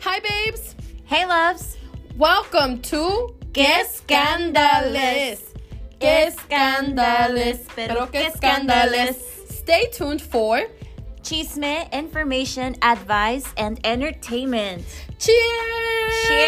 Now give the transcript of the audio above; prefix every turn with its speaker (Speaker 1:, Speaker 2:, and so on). Speaker 1: Hi, babes.
Speaker 2: Hey, loves.
Speaker 1: Welcome to
Speaker 2: Qué Escandales.
Speaker 1: Qué Escandales. Pero qué Escandales. Stay tuned for
Speaker 2: Chisme, information, advice, and entertainment.
Speaker 1: Cheers.
Speaker 2: Cheers.